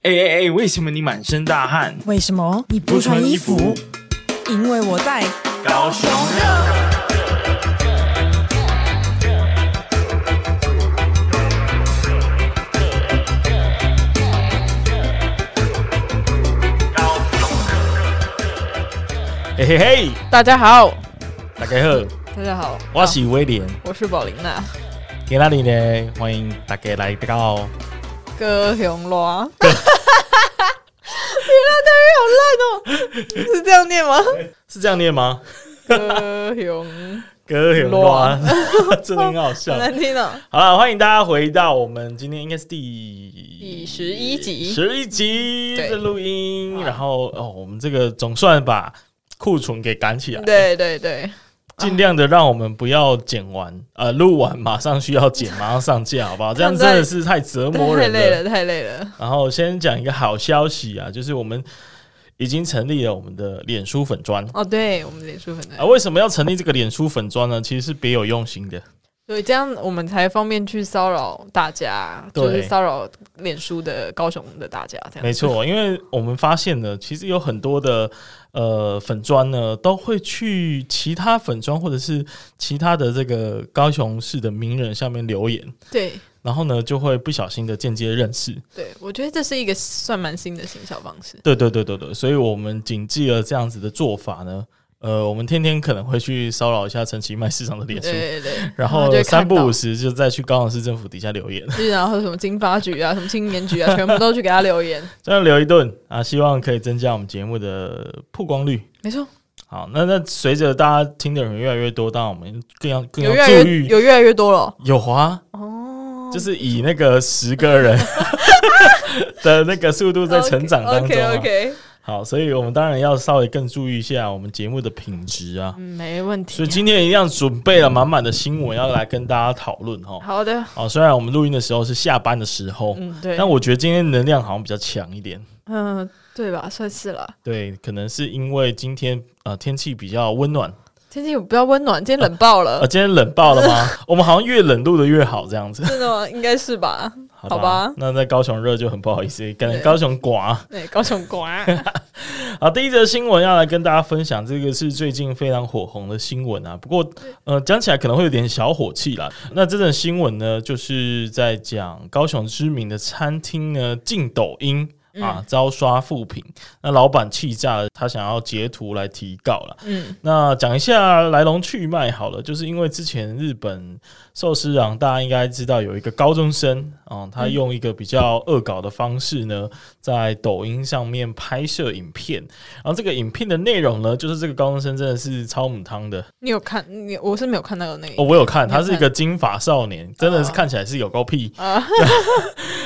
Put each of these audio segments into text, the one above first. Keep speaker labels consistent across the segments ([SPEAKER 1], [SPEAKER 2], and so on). [SPEAKER 1] 哎哎哎，为什么你满身大汗？
[SPEAKER 2] 为什么你不穿衣服？因为我在。
[SPEAKER 1] 高雄嘿嘿嘿，
[SPEAKER 3] 大家好，
[SPEAKER 1] 大家好，
[SPEAKER 3] 大家好，
[SPEAKER 1] 我是威廉，
[SPEAKER 3] 我是宝琳娜，
[SPEAKER 1] 今那里呢？欢迎大家来哦到
[SPEAKER 3] 歌雄 罗。别让台语好烂 哦，是这样念吗？
[SPEAKER 1] 是这样念吗？
[SPEAKER 3] 歌雄，
[SPEAKER 1] 歌很乱， 真的很好
[SPEAKER 3] 好
[SPEAKER 1] 笑。
[SPEAKER 3] 难听哦。
[SPEAKER 1] 好了，欢迎大家回到我们今天应该是第
[SPEAKER 3] 第十一集，
[SPEAKER 1] 十一集
[SPEAKER 3] 对
[SPEAKER 1] 的录音，
[SPEAKER 3] 啊
[SPEAKER 1] 然后哦，我们这个总算把库存给赶起来，
[SPEAKER 3] 对对对，
[SPEAKER 1] 尽量的让我们不要剪完，呃，录完马上需要剪，马上上架，好不好？这样真的是太折磨
[SPEAKER 3] 太
[SPEAKER 1] 人
[SPEAKER 3] 累
[SPEAKER 1] 了。
[SPEAKER 3] 了，太累了。
[SPEAKER 1] 然后先讲一个好消息啊，就是我们已经成立了我们的脸书粉砖
[SPEAKER 3] 哦，对我们脸书粉
[SPEAKER 1] 啊。
[SPEAKER 3] 的，
[SPEAKER 1] 为什么要成立这个脸书粉砖呢？其实是别有用心的。
[SPEAKER 3] 所以这样我们才方便去骚扰大家，就是
[SPEAKER 1] 对
[SPEAKER 3] 骚扰脸书的高雄的大家， 这样
[SPEAKER 1] 没错，因为我们发现呢，其实有很多的呃粉砖呢，都会去其他粉砖或者是其他的这个高雄市的名人下面留言，
[SPEAKER 3] 对。
[SPEAKER 1] 然后呢就会不小心的间接认识。
[SPEAKER 3] 对，我觉得这是一个算蛮新的行销方式。
[SPEAKER 1] 对对对对对，所以我们谨记了这样子的做法呢，呃，我们天天可能会去骚扰一下陈其迈市长的
[SPEAKER 3] 对
[SPEAKER 1] 脸书。
[SPEAKER 3] 对对，
[SPEAKER 1] 然
[SPEAKER 3] 就
[SPEAKER 1] 后
[SPEAKER 3] 会
[SPEAKER 1] 三
[SPEAKER 3] 看
[SPEAKER 1] 不
[SPEAKER 3] 到
[SPEAKER 1] 五时就再去高雄市政府底下留言，
[SPEAKER 3] 就是然后什么金发局啊，什么青年局啊，全部都去给他 留言。
[SPEAKER 1] 这样留一顿啊，希望可以增加我们节目的曝光率。
[SPEAKER 3] 没错，
[SPEAKER 1] 好，那那随着大家听的人越来越多，当然我们更要更
[SPEAKER 3] 有
[SPEAKER 1] 要
[SPEAKER 3] 越来
[SPEAKER 1] 注
[SPEAKER 3] 越
[SPEAKER 1] 意
[SPEAKER 3] 有越来越多了。
[SPEAKER 1] 有啊，
[SPEAKER 3] 哦，
[SPEAKER 1] 就是以那个十个人的那个速度在成长当中、啊。
[SPEAKER 3] OK OK，
[SPEAKER 1] 好，所以我们当然要稍微更注意一下我们节目的品质啊。
[SPEAKER 3] 嗯，没问
[SPEAKER 1] 所
[SPEAKER 3] 题
[SPEAKER 1] 以。今天一样准备了满满的新闻要来跟大家讨论哈。
[SPEAKER 3] 好的，
[SPEAKER 1] 哦，虽然我们录音的时候是下班的时候，
[SPEAKER 3] 嗯，对，
[SPEAKER 1] 但我觉得今天能量好像比较强一点。
[SPEAKER 3] 嗯，对吧？算是了。
[SPEAKER 1] 对，可能是因为今天呃天气比较温暖，
[SPEAKER 3] 天气比较温暖，今天冷爆了
[SPEAKER 1] 呃，，今天冷爆了 吗？我们好像越冷录的越好这样子。
[SPEAKER 3] 真的吗？应该是吧？
[SPEAKER 1] 好
[SPEAKER 3] 好吧
[SPEAKER 1] 那在高雄热就很不好意思，可能
[SPEAKER 3] 对
[SPEAKER 1] 高雄寡。
[SPEAKER 3] 对，高雄啊瓜，
[SPEAKER 1] 好，第一则新闻要来跟大家分享，这个是最近非常火红的新闻啊。不过，呃，讲起来可能会有点小火气啦。那这则新闻呢，就是在讲高雄知名的餐厅呢禁抖音。
[SPEAKER 3] 嗯
[SPEAKER 1] 啊，遭刷负评，那老板气炸了，他想要截图来提告了。
[SPEAKER 3] 嗯，
[SPEAKER 1] 那讲一下来龙去脉好了，就是因为之前日本寿司郎，大家应该知道有一个高中生啊、他用一个比较恶搞的方式呢，在抖音上面拍摄影片，然后这个影片的内容呢，就是这个高中生真的是超母汤的
[SPEAKER 3] 你有看？你我是没有看到的那
[SPEAKER 1] 哦，
[SPEAKER 3] 个。
[SPEAKER 1] 我有看，
[SPEAKER 3] 你有
[SPEAKER 1] 他
[SPEAKER 3] 看
[SPEAKER 1] 是一个金发少年，真的是
[SPEAKER 3] 哦
[SPEAKER 1] 看起来是有够屁，
[SPEAKER 3] 啊，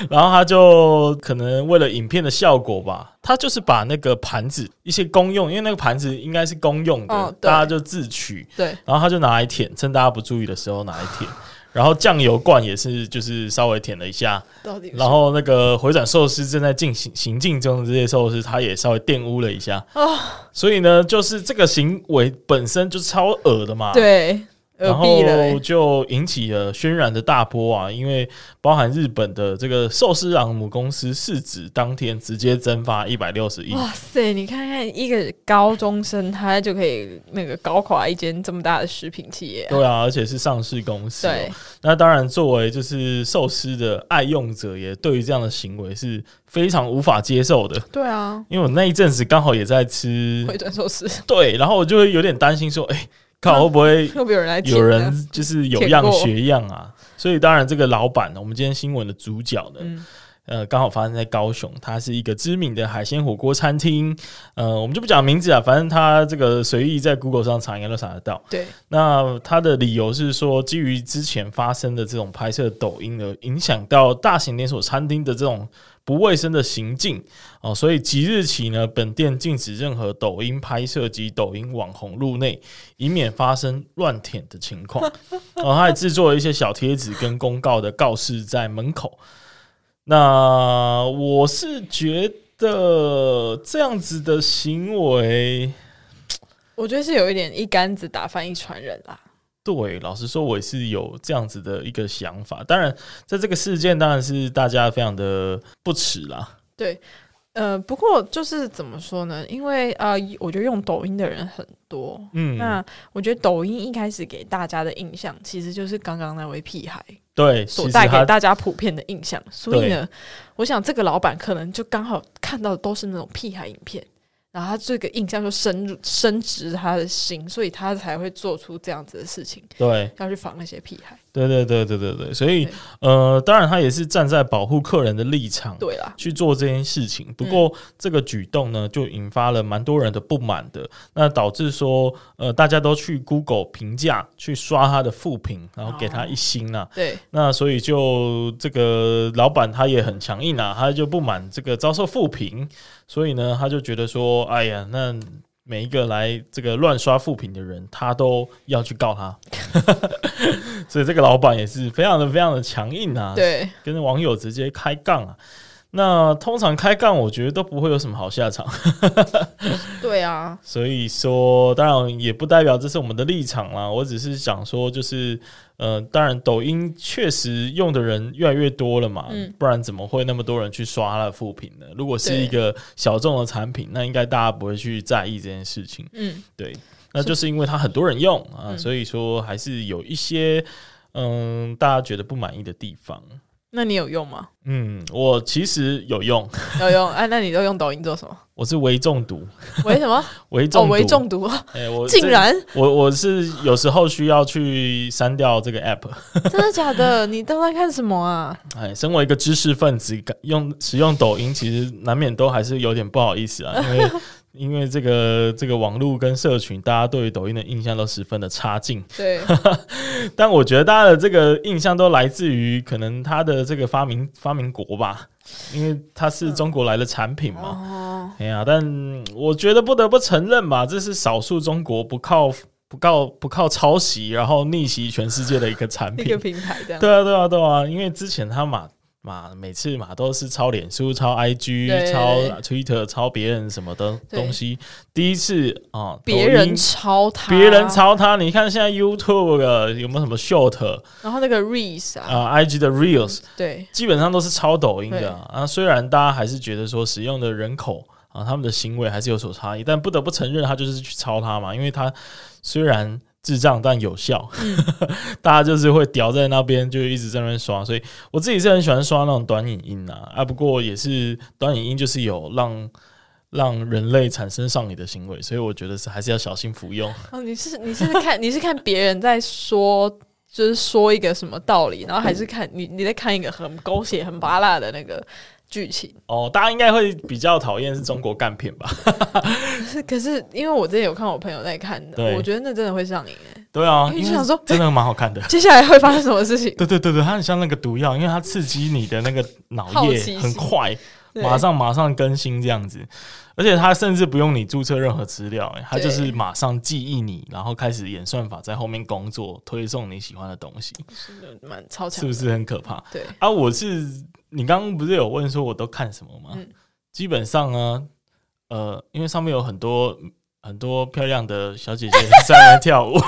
[SPEAKER 1] 然后他就可能为了影片的效果吧，他就是把那个盘子一些公用，因为那个盘子应该是公用的，
[SPEAKER 3] 哦对
[SPEAKER 1] 大家就自取。
[SPEAKER 3] 对，
[SPEAKER 1] 然后他就拿来舔，趁大家不注意的时候拿来舔。然后酱油罐也是，就是稍微舔了一下。
[SPEAKER 3] 到底是
[SPEAKER 1] 然后那个回转寿司正在进行行进中的这些寿司，他也稍微玷污了一下。
[SPEAKER 3] 啊，
[SPEAKER 1] 所以呢，就是这个行为本身就超恶的嘛。。
[SPEAKER 3] 对，耳
[SPEAKER 1] 然
[SPEAKER 3] 闭了
[SPEAKER 1] 后
[SPEAKER 3] 欸，
[SPEAKER 1] 就引起了轩然的大波啊，因为包含日本的这个寿司郎母公司市值当天直接蒸发一百六十亿，
[SPEAKER 3] 哇塞！你看看一个高中生，他就可以那个搞垮一间这么大的食品企业啊、
[SPEAKER 1] 对啊，而且是上市公司、哦。
[SPEAKER 3] 对，
[SPEAKER 1] 那当然，作为就是寿司的爱用者，也对于这样的行为是非常无法接受的。
[SPEAKER 3] 对啊，
[SPEAKER 1] 因为我那一阵子刚好也在 吃
[SPEAKER 3] 回，转寿司
[SPEAKER 1] 对，然后我就会有点担心说，哎、靠，会不会
[SPEAKER 3] 会不会有人来舔
[SPEAKER 1] 有
[SPEAKER 3] 啊？
[SPEAKER 1] 人就是有样学样 啊？所以当然，这个老板，我们今天新闻的主角呢，
[SPEAKER 3] 嗯
[SPEAKER 1] 呃，刚好发生在高雄，它是一个知名的海鲜火锅餐厅，呃，我们就不讲名字啊，反正它这个随意在 Google 上查应该都查得到。
[SPEAKER 3] 对，
[SPEAKER 1] 那他的理由是说，基于之前发生的这种拍摄抖音呢，影响到大型连锁餐厅的这种不卫生的行径哦，所以即日起呢，本店禁止任何抖音拍摄及抖音网红入内，以免发生乱舔的情况。哦，他还制作了一些小贴纸跟公告的告示在门口。那我是觉得这样子的行为。
[SPEAKER 3] 我觉得是有一点一竿子打翻一船人啦。
[SPEAKER 1] 对，老实说，我也是有这样子的一个想法。当然，在这个事件，当然是大家非常的不耻啦。
[SPEAKER 3] 呃，不过就是怎么说呢？因为呃，我觉得用抖音的人很多。
[SPEAKER 1] 嗯，
[SPEAKER 3] 那我觉得抖音一开始给大家的印象，其实就是刚刚那位屁孩
[SPEAKER 1] 对，其
[SPEAKER 3] 所
[SPEAKER 1] 实
[SPEAKER 3] 带给
[SPEAKER 1] 他
[SPEAKER 3] 大家普遍的印象。所以呢，我想这个老板可能就刚好看到的都是那种屁孩影片，然后他这个印象就深入深植他的心，所以他才会做出这样子的事情，
[SPEAKER 1] 对
[SPEAKER 3] 要去防那些屁孩。
[SPEAKER 1] 对对对对对对，所以
[SPEAKER 3] 对
[SPEAKER 1] 呃，当然他也是站在保护客人的立场。
[SPEAKER 3] 对嗯啦，
[SPEAKER 1] 去做这件事情，不过这个举动呢，就引发了蛮多人的不满的，那导致说，呃，大家都去 Google 评价，去刷他的负评，然后给
[SPEAKER 3] 哦
[SPEAKER 1] 他一星啊，
[SPEAKER 3] 对
[SPEAKER 1] 那所以就这个老板他也很强硬啊，他就不满这个遭受负评，所以呢，他就觉得说，哎呀，那每一个来这个乱刷负评的人，他都要去告他， 所以这个老板也是非常的非常的强硬啊，
[SPEAKER 3] 对，
[SPEAKER 1] 跟网友直接开杠啊。那通常开杠，我觉得都不会有什么好下场，
[SPEAKER 3] 对啊，
[SPEAKER 1] 所以说当然也不代表这是我们的立场啦。我只是想说，就是呃，当然抖音确实用的人越来越多了嘛，
[SPEAKER 3] 嗯
[SPEAKER 1] 不然怎么会那么多人去刷它的副评呢？如果是
[SPEAKER 3] 对
[SPEAKER 1] 一个小众的产品，那应该大家不会去在意这件事情。
[SPEAKER 3] 嗯，
[SPEAKER 1] 对，那就是因为它很多人用啊，
[SPEAKER 3] 嗯
[SPEAKER 1] 所以说还是有一些嗯大家觉得不满意的地方。
[SPEAKER 3] 那你有用吗？
[SPEAKER 1] 嗯，我其实有用，
[SPEAKER 3] 有用？哎、那你都用抖音做什 么？
[SPEAKER 1] 我是微中毒，
[SPEAKER 3] 为什么？
[SPEAKER 1] 微
[SPEAKER 3] 哦，
[SPEAKER 1] 中毒，
[SPEAKER 3] 为中毒，
[SPEAKER 1] 哎、我
[SPEAKER 3] 竟
[SPEAKER 1] 这
[SPEAKER 3] 然
[SPEAKER 1] 我我是有时候需要去删掉这个 app。
[SPEAKER 3] 真的假的？ 你都在看什么啊？
[SPEAKER 1] 哎，身为一个知识分子，感用使用抖音，其实难免都还是有点不好意思啊，因为因为这个这个网络跟社群，大家对于抖音的印象都十分的差劲。
[SPEAKER 3] 对，
[SPEAKER 1] 但我觉得大家的这个印象都来自于可能它的这个发明发明国吧，因为它是中国来的产品嘛。
[SPEAKER 3] 哦，
[SPEAKER 1] 哎呀，但我觉得不得不承认吧，这是少数中国不靠不靠不靠抄袭，然后逆袭全世界的一个产
[SPEAKER 3] 一个
[SPEAKER 1] 品。
[SPEAKER 3] 平台这样。
[SPEAKER 1] 对啊，对啊，对啊，因为之前他马马每次马都是抄脸书、抄 IG
[SPEAKER 3] 对、
[SPEAKER 1] 抄 Twitter、抄别人什么的
[SPEAKER 3] 对
[SPEAKER 1] 东西。第一次啊，
[SPEAKER 3] 别
[SPEAKER 1] 抖音
[SPEAKER 3] 人抄他，
[SPEAKER 1] 别人，抄他，你看现在 YouTube 的有没有什么 Short
[SPEAKER 3] 然后那个 Reese 啊，
[SPEAKER 1] 啊、IG 的 Reels，
[SPEAKER 3] 对
[SPEAKER 1] 基本上都是抄抖音
[SPEAKER 3] 对
[SPEAKER 1] 的啊。虽然大家还是觉得说使用的人口啊，他们的行为还是有所差异，但不得不承认，他就是去抄它嘛，因为它虽然智障但有效，
[SPEAKER 3] 嗯
[SPEAKER 1] 大家就是会屌在那边，就一直在那边刷。所以我自己是很喜欢刷那种短影音啊，啊，不过也是短影音就是有让。让人类产生上瘾的行为，所以我觉得是还是要小心服用。
[SPEAKER 3] 哦，你是你是看你是看别人在说，就是说一个什么道理，然后还是看你你在看一个很狗血、很拔辣的那个剧情。
[SPEAKER 1] 哦，大家应该会比较讨厌是中国干片 吧？
[SPEAKER 3] 可是可是，因为我之前有看我朋友在看的，
[SPEAKER 1] 对
[SPEAKER 3] 我觉得那真的会上瘾欸。
[SPEAKER 1] 对啊，
[SPEAKER 3] 因为
[SPEAKER 1] 因
[SPEAKER 3] 就
[SPEAKER 1] 为
[SPEAKER 3] 想说
[SPEAKER 1] 真的蛮好看的。
[SPEAKER 3] 接下来会发生什么事情？
[SPEAKER 1] 对对对对，它很像那个毒药，因为它刺激你的那个脑
[SPEAKER 3] 好奇
[SPEAKER 1] 液
[SPEAKER 3] 心
[SPEAKER 1] 很快，
[SPEAKER 3] 对
[SPEAKER 1] 马上马上更新这样子，而且它甚至不用你注册任何资料、欸它就是
[SPEAKER 3] 对
[SPEAKER 1] 马上记忆你，然后开始演算法在后面工作，推送你喜欢的东西，
[SPEAKER 3] 是蛮超
[SPEAKER 1] 是
[SPEAKER 3] 强的，
[SPEAKER 1] 不是很可怕？
[SPEAKER 3] 对，
[SPEAKER 1] 啊，我是你刚刚不是有问说我都看什么吗？
[SPEAKER 3] 嗯
[SPEAKER 1] 基本上呢，呃，因为上面有很多很多漂亮的小姐姐 在那边跳舞，
[SPEAKER 3] 哦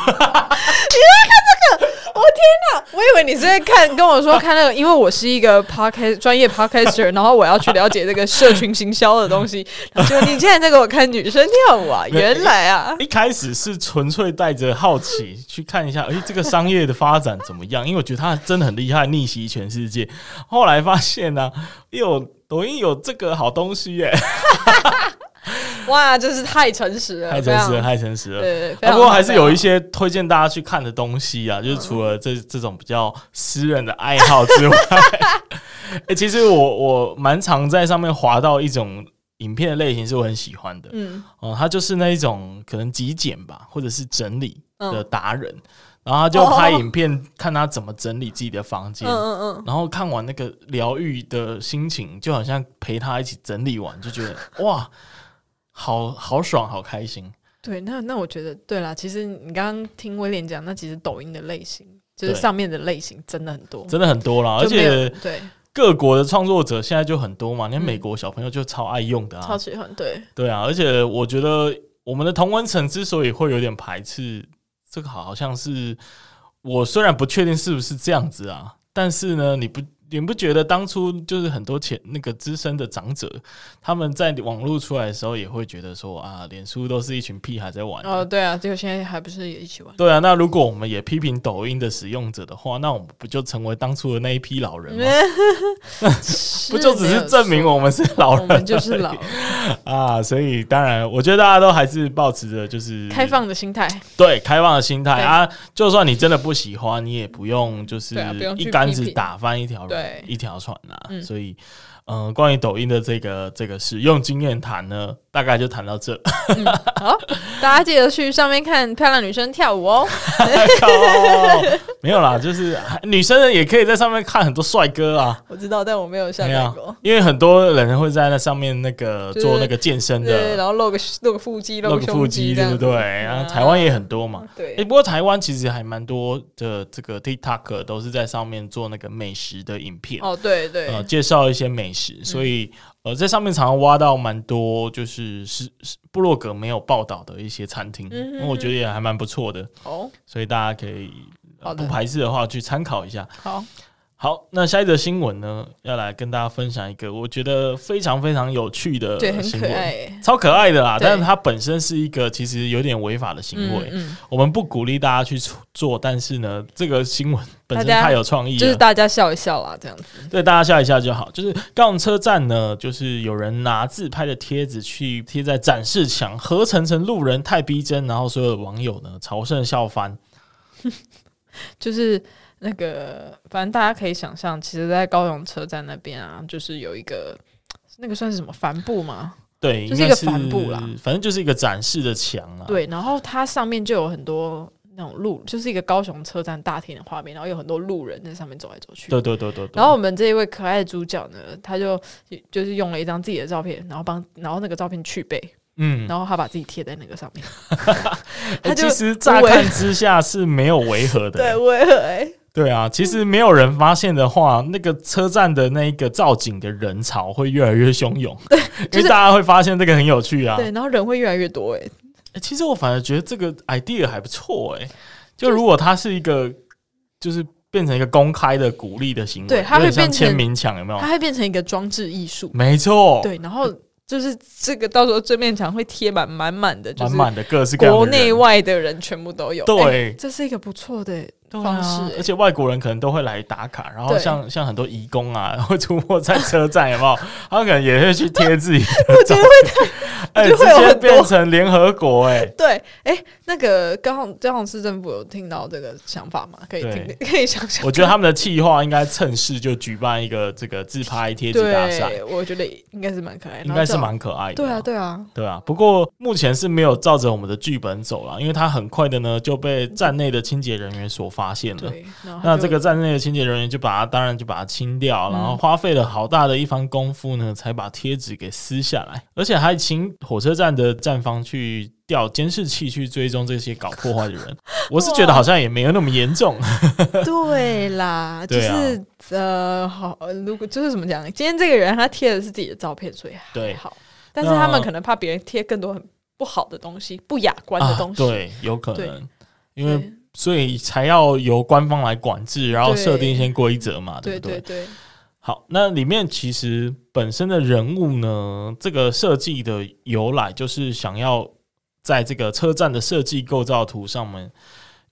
[SPEAKER 3] 我以为你是在看跟我 说看那个，因为我是一个 podcast 专业 podcaster，然后我要去了解这个社群行销的 东西。然后就你现在在给我看女生跳舞啊，
[SPEAKER 1] 没有
[SPEAKER 3] 原来啊，
[SPEAKER 1] 一开始是纯粹带着好奇去看一下，哎、这个商业的发展怎么样？因为我觉得它真的很厉害，逆袭全世界。后来发现呢、有抖音有这个好东西耶、
[SPEAKER 3] 哇，真是太诚实 了，
[SPEAKER 1] 太真实了，
[SPEAKER 3] 非常
[SPEAKER 1] 太真实了。
[SPEAKER 3] 对，非
[SPEAKER 1] 啊
[SPEAKER 3] 常嗯
[SPEAKER 1] 不过还是有一
[SPEAKER 3] 非
[SPEAKER 1] 些推荐大家去看的东西啊，就是除了这这种比较私人的爱好之外， 欸、其实我我蛮常在上面滑到一种影片的类型是我很喜欢的
[SPEAKER 3] 常，嗯
[SPEAKER 1] 哦、它就是那一种可能极简吧，或者是整理的
[SPEAKER 3] 嗯
[SPEAKER 1] 达人，然后他就拍
[SPEAKER 3] 哦
[SPEAKER 1] 影片看他怎么整理自己的房间，
[SPEAKER 3] 嗯嗯
[SPEAKER 1] 然后看完那个疗愈的心情，就好像陪他一起整理完，就觉得哇，好好爽，好开心。
[SPEAKER 3] 嗯，对，那那我觉得对啦，其实你刚刚听威廉讲，那其实抖音的类型就是
[SPEAKER 1] 对
[SPEAKER 3] 上面的类型真的很多，
[SPEAKER 1] 真的很多啦，而
[SPEAKER 3] 就没有
[SPEAKER 1] 且
[SPEAKER 3] 对
[SPEAKER 1] 各国的创作者现在就很多嘛，连
[SPEAKER 3] 嗯
[SPEAKER 1] 美国小朋友就超爱用的
[SPEAKER 3] 超
[SPEAKER 1] 啊，
[SPEAKER 3] 喜欢，对
[SPEAKER 1] 对啊，而且我觉得我们的同温层之所以会有点排斥这个，好像是我虽然不确定是不是这样子啊，但是呢，你不你不觉得当初就是很多前那个资深的长者，他们在网络出来的时候，也会觉得说啊，脸书都是一群屁孩在玩的。
[SPEAKER 3] 哦，对啊，结果现在还不是也一起玩？
[SPEAKER 1] 对啊，那如果我们也批评抖音的使用者的话，那我们不就成为当初的那一批老人吗？ 不就只
[SPEAKER 3] 没
[SPEAKER 1] 是
[SPEAKER 3] 有
[SPEAKER 1] 证明
[SPEAKER 3] 错
[SPEAKER 1] 我们是老
[SPEAKER 3] 我
[SPEAKER 1] 人而
[SPEAKER 3] 们
[SPEAKER 1] 已？
[SPEAKER 3] 就是老人
[SPEAKER 1] 啊，所以当然，我觉得大家都还是保持着就是
[SPEAKER 3] 开放的心态，
[SPEAKER 1] 对开放的心态
[SPEAKER 3] 对
[SPEAKER 1] 啊，就算你真的不喜欢，你也不用就是
[SPEAKER 3] 对啊不用去
[SPEAKER 1] 一竿子
[SPEAKER 3] 批评
[SPEAKER 1] 打翻一条人
[SPEAKER 3] 对
[SPEAKER 1] 一条船啦、
[SPEAKER 3] 嗯
[SPEAKER 1] 所以，嗯、关于抖音的这个这个使用经验谈呢，大概就谈到 这。
[SPEAKER 3] 大家记得去上面看漂亮女生跳舞哦。
[SPEAKER 1] 靠没有啦，就是还女生也可以在上面看很多帅哥啊。
[SPEAKER 3] 我知道，但我没有下
[SPEAKER 1] 没
[SPEAKER 3] 载
[SPEAKER 1] 有
[SPEAKER 3] 过，。
[SPEAKER 1] 因为很多人会在那上面那个
[SPEAKER 3] 就是
[SPEAKER 1] 做那个健身
[SPEAKER 3] 对，
[SPEAKER 1] 的，
[SPEAKER 3] 然后露个露个腹肌，
[SPEAKER 1] 露
[SPEAKER 3] 个
[SPEAKER 1] 个腹
[SPEAKER 3] 胸
[SPEAKER 1] 肌，
[SPEAKER 3] 这
[SPEAKER 1] 对
[SPEAKER 3] 样
[SPEAKER 1] 不
[SPEAKER 3] 子嗯
[SPEAKER 1] 对？然后台湾也很多嘛。
[SPEAKER 3] 对
[SPEAKER 1] 哎、，不过台湾其实还蛮多的，这个 TikTok 都是在上面做那个美食的影片，
[SPEAKER 3] 哦，对对，嗯
[SPEAKER 1] 呃，介绍一些美食，所以呃，在上面常常挖到蛮多就是是是部落格没有报道的一些餐厅，
[SPEAKER 3] 嗯哼
[SPEAKER 1] 那我觉得也还蛮不错的，
[SPEAKER 3] 哦，
[SPEAKER 1] 所以大家可以、呃
[SPEAKER 3] 好的
[SPEAKER 1] 不排斥的话去参考一下。
[SPEAKER 3] 好，
[SPEAKER 1] 好，那下一则新闻呢，要来跟大家分享一个我觉得非常非常有趣的
[SPEAKER 3] 对，很
[SPEAKER 1] 呃新
[SPEAKER 3] 可爱
[SPEAKER 1] 闻，
[SPEAKER 3] 耶，
[SPEAKER 1] 超可爱的啦，
[SPEAKER 3] 对
[SPEAKER 1] 但是它本身是一个其实有点违法的行为。
[SPEAKER 3] 嗯，
[SPEAKER 1] 我们不鼓励大家去做，但是呢，这个新闻本身
[SPEAKER 3] 大家
[SPEAKER 1] 太有创意
[SPEAKER 3] 嗯
[SPEAKER 1] 了，
[SPEAKER 3] 就是大家笑一笑啦，这样子，
[SPEAKER 1] 对大家笑一下就好。就是高雄车站呢，就是有人拿自拍的贴纸去贴在展示墙，何成成路人太逼真，然后所有的网友呢朝圣笑翻。
[SPEAKER 3] 就是那个，反正大家可以想象，其实，在高雄车站那边啊，就是有一个那个算是什么帆布嘛，
[SPEAKER 1] 对，
[SPEAKER 3] 就是
[SPEAKER 1] 应该
[SPEAKER 3] 一个
[SPEAKER 1] 是
[SPEAKER 3] 帆布啦
[SPEAKER 1] 反正就是一个展示的墙啊啦。
[SPEAKER 3] 对，然后它上面就有很多那种路，就是一个高雄车站大厅的画面，然后有很多路人在上面走来走去。
[SPEAKER 1] 对对对对对。
[SPEAKER 3] 然后我们这一位可爱的主角呢，他就就是用了一张自己的照片，然后帮然后那个照片去背，
[SPEAKER 1] 嗯，
[SPEAKER 3] 然后他把自己贴在那个 上面，
[SPEAKER 1] 欸
[SPEAKER 3] 他就
[SPEAKER 1] 其实乍
[SPEAKER 3] 微
[SPEAKER 1] 看之下是没有违和 的。欸
[SPEAKER 3] 我也哎，
[SPEAKER 1] 对啊，其实没有人发现的话，那个车站的那一个造景的人潮会越来越汹涌，
[SPEAKER 3] 就是
[SPEAKER 1] 因为大家会发现这个很有趣啊。
[SPEAKER 3] 对，然后人会越来越多哎，
[SPEAKER 1] 欸其实我反而觉得这个 idea 还不错哎、就如果它是一个，就是变成一个公开的鼓励的行为，
[SPEAKER 3] 对它
[SPEAKER 1] 有点
[SPEAKER 3] 会变
[SPEAKER 1] 像签
[SPEAKER 3] 成
[SPEAKER 1] 名墙有没有
[SPEAKER 3] 它？会变成一个装置艺术，
[SPEAKER 1] 没错，
[SPEAKER 3] 对，然后就是这个到时候正面墙会贴满满满的，就
[SPEAKER 1] 满
[SPEAKER 3] 是
[SPEAKER 1] 满的各式各样的
[SPEAKER 3] 国
[SPEAKER 1] 人
[SPEAKER 3] 内外的人全部都有，哎
[SPEAKER 1] 对。
[SPEAKER 3] 这是一个不错的
[SPEAKER 1] 对啊
[SPEAKER 3] 方式
[SPEAKER 1] 而
[SPEAKER 3] 哎，
[SPEAKER 1] 且外国人可能都会来打卡，然后
[SPEAKER 3] 对
[SPEAKER 1] 像像很多移工啊， 会出没在车站， 有没有？他们可能也会去贴自己的
[SPEAKER 3] 我觉得会
[SPEAKER 1] 哎、
[SPEAKER 3] 就
[SPEAKER 1] 直
[SPEAKER 3] 会有
[SPEAKER 1] 接
[SPEAKER 3] 很多
[SPEAKER 1] 变成联合国哎、
[SPEAKER 3] 对，哎，那个高雄高雄市政府有听到这个想法吗？可以听
[SPEAKER 1] 对，
[SPEAKER 3] 可以想想。
[SPEAKER 1] 我觉得他们的计划应该趁势就举办一个这个自拍贴纸大赛，
[SPEAKER 3] 对，我觉得应该是蛮可爱的，
[SPEAKER 1] 应该是
[SPEAKER 3] 然后
[SPEAKER 1] 蛮可爱的
[SPEAKER 3] 这
[SPEAKER 1] 啊、
[SPEAKER 3] 种对啊，对啊，
[SPEAKER 1] 对啊，不过目前是没有照着我们的剧本走了，因为它很快的呢就被站内的清洁人员所发现了。
[SPEAKER 3] 对。然后
[SPEAKER 1] 嗯
[SPEAKER 3] 他
[SPEAKER 1] 那
[SPEAKER 3] 啊就
[SPEAKER 1] 这个站内的清洁人员就把它，当然就把它清掉，
[SPEAKER 3] 嗯
[SPEAKER 1] 然后花费了好大的一番功夫呢，才把贴纸给撕下来，而且还请火车站的站方去调监视器去追踪这些搞破坏的人。我是觉得好像也没有那么严重，
[SPEAKER 3] 对啦，就
[SPEAKER 1] 对啊
[SPEAKER 3] 是呃，好，呃如果就是怎么讲，今天这个人他贴的是自己的照片，所以
[SPEAKER 1] 对
[SPEAKER 3] 还好。但是
[SPEAKER 1] 那
[SPEAKER 3] 他们可能怕别人贴更多很不好的东西、不雅观的
[SPEAKER 1] 啊
[SPEAKER 3] 东，西，
[SPEAKER 1] 对，有可
[SPEAKER 3] 对
[SPEAKER 1] 能，因为所以才要由官方来管制，然后
[SPEAKER 3] 对
[SPEAKER 1] 设定一些规则嘛，
[SPEAKER 3] 对
[SPEAKER 1] 不
[SPEAKER 3] 对对对，
[SPEAKER 1] 好，那里面其实本身的人物呢，这个设计的由来就是想要在这个车站的设计构造图上面